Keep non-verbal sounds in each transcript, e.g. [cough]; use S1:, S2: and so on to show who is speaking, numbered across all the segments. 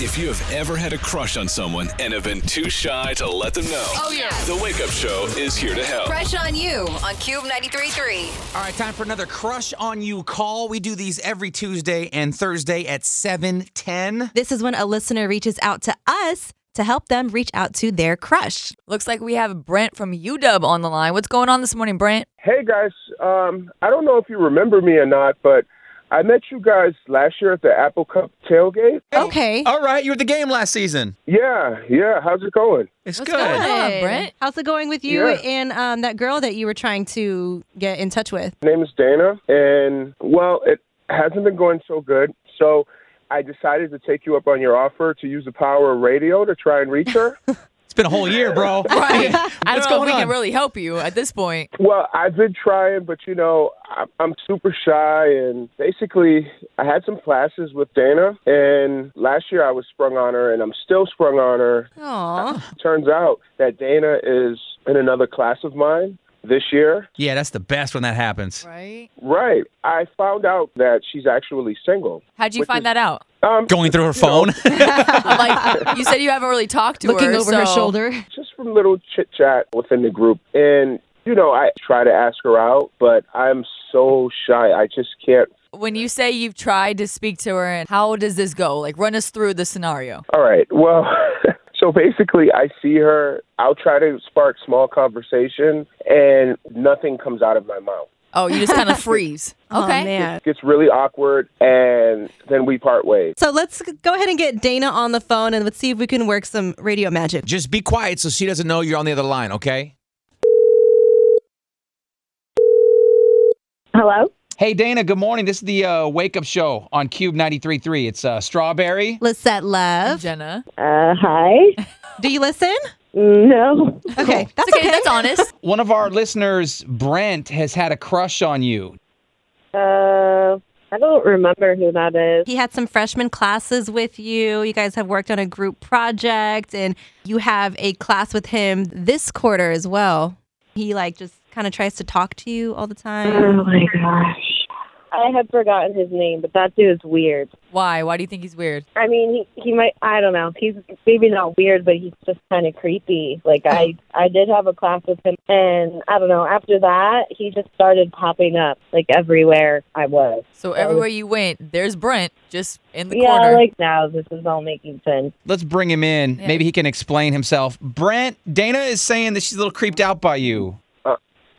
S1: If you have ever had a crush on someone and have been too shy to let them know,
S2: Oh, yeah.
S1: the Wake Up Show is here to help.
S2: Fresh on you on Cube 93.3.
S3: All right, time for another Crush on You call. We do these every Tuesday and Thursday at 7:10.
S4: This is when a listener reaches out to us to help them reach out to their crush.
S5: Looks like we have Brent from UW on the line. What's going on this morning, Brent?
S6: Hey guys, um, I don't know if you remember me or not, but I met you guys last year at the Apple Cup tailgate.
S4: Okay.
S3: All right, you were at the game last season.
S6: Yeah, yeah. How's it going?
S3: It's
S5: What's
S3: good.
S5: going on?
S4: Good.
S5: Brent.
S4: How's it going with you
S6: Yeah.
S4: and um, that girl that you were trying to get in touch with?
S6: My name is Dana, and well, it hasn't been going so good. So I decided to take you up on your offer to use the power of radio to try and reach her.
S3: It's been a whole year, bro.
S5: [laughs] Right. I
S3: What's
S5: don't know
S3: going
S5: if we
S3: on?
S5: can really help you at this point.
S6: well, I've been trying, but you know, I- I'm super shy, and basically, I had some classes with Dana, and last year I was sprung on her, and I'm still sprung on her.
S4: Aw.
S6: Turns out that Dana is in another class of mine this year.
S3: Yeah, that's the best when that happens.
S5: Right.
S6: Right. I found out that she's actually single.
S5: How'd you find that out?
S6: Um,
S3: Going through her phone. [laughs]
S5: like you said, you haven't really talked to
S4: Looking
S5: her.
S4: over her
S5: so-
S4: shoulder.
S6: just from little chit chat within the group. And, you know, I try to ask her out, but I'm so shy. I just can't.
S5: When you say you've tried to speak to her, and how does this go? Like, run us through the scenario.
S6: All right. Well, [laughs] so basically, I see her. I'll try to spark small conversation, and nothing comes out of my mouth.
S5: Oh, you just kind
S4: [laughs]
S5: of freeze. Okay.
S4: Oh, man.
S6: It gets really awkward, and then we part ways.
S4: So let's go ahead and get Dana on the phone and let's see if we can work some radio magic.
S3: Just be quiet so she doesn't know you're on the other line, okay?
S7: Hello?
S3: Hey Dana, good morning. This is the uh, Wake Up Show on Cube 93.3. It's uh, Strawberry.
S4: Lisette Love.
S5: Jenna.
S7: Uh, hi?
S4: Do you listen?
S7: No.
S5: [laughs]
S4: Okay. That's
S5: It's
S4: okay.
S5: okay. That's honest.
S3: One of our listeners, Brent, has had a crush on you.
S7: Uh, I don't remember who that is.
S4: He had some freshman classes with you. You guys have worked on a group project and you have a class with him this quarter as well. He like just kind of tries to talk to you all the time.
S7: Oh my gosh. I had forgotten his name, but that dude's weird.
S5: Why? Why do you think he's weird?
S7: I mean, he, he might, I don't know. He's maybe not weird, but he's just kind of creepy. Like, I, I did have a class with him, and I don't know. After that, he just started popping up, like, everywhere I was.
S5: So
S6: Um,
S5: everywhere you went, there's Brent just in the
S7: Yeah,
S5: corner.
S7: like, now this is all making sense.
S3: Let's bring him in.
S5: Yeah.
S3: Maybe he can explain himself. Brent, Dana is saying that she's a little creeped out by you.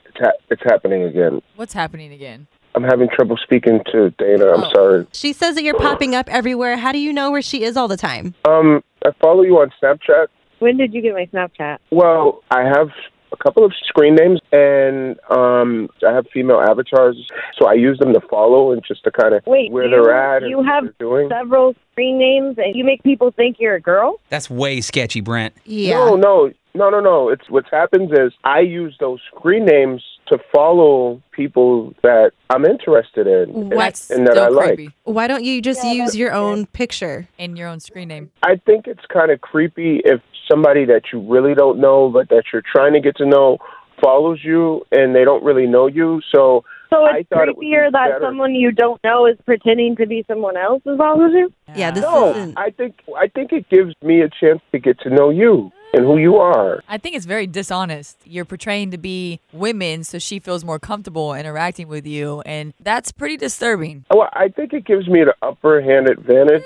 S6: It's, ha- it's happening again.
S5: What's happening again?
S6: I'm having trouble speaking to Dana. I'm
S5: Oh.
S6: sorry.
S4: She says that you're popping up everywhere. How do you know where she is all the time?
S6: Um, I follow you on Snapchat.
S7: When did you get my Snapchat?
S6: Well, I have a couple of screen names, and um, I have female avatars, so I use them to follow and just to kind of
S7: Wait,
S6: where
S7: you-
S6: they're at and
S7: you
S6: what
S7: have
S6: they're doing.
S7: Several screen names, and you make people think you're a girl?
S3: That's way sketchy, Brent.
S4: Yeah.
S6: No, no, no, no, no. It's what happens is I use those screen names to follow people that I'm interested in.
S4: What?
S5: That's
S6: And that
S5: still
S6: I like.
S5: creepy.
S4: Why don't you just
S7: Yeah,
S4: use
S7: that's
S4: your
S7: fair.
S4: own picture?
S5: In your own screen name.
S6: I think it's kind of creepy if somebody that you really don't know, but that you're trying to get to know, follows you and they don't really know you. So
S7: So
S6: I
S7: it's
S6: thought it would be
S7: creepier that
S6: better.
S7: someone you don't know is pretending to be someone else is all of you?
S4: Yeah, this
S6: No,
S4: isn't.
S6: I think I think it gives me a chance to get to know you and who you are.
S5: I think it's very dishonest. You're portraying to be women so she feels more comfortable interacting with you, and that's pretty disturbing.
S6: Well, I think it gives me the upper hand advantage.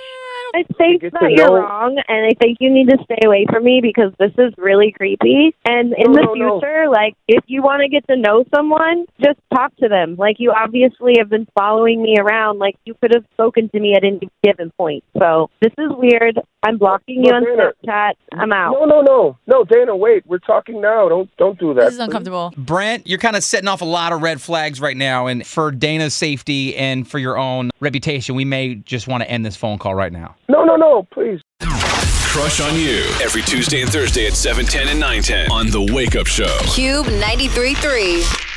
S7: I think
S6: get
S7: that
S6: to
S7: you're
S6: know-
S7: wrong, and I think you need to stay away from me because this is really creepy. And in
S6: No,
S7: the
S6: no, no.
S7: future, like, if you want to get to know someone, just talk to them. Like, you obviously have been following me around. Like, you could have spoken to me at any given point. So this is weird. I'm blocking you
S6: No,
S7: on
S6: Dana.
S7: Snapchat. I'm out.
S6: No, no, no, no, Dana, wait. We're talking now. Don't don't do that.
S5: This is uncomfortable.
S3: Brent, you're kind of setting off a lot of red flags right now. And for Dana's safety and for your own reputation, we may just want to end this phone call right now.
S6: No, no, no, please.
S1: Crush on You. Every Tuesday and Thursday at 710 and 910 on The Wake Up Show.
S2: Cube 93.3.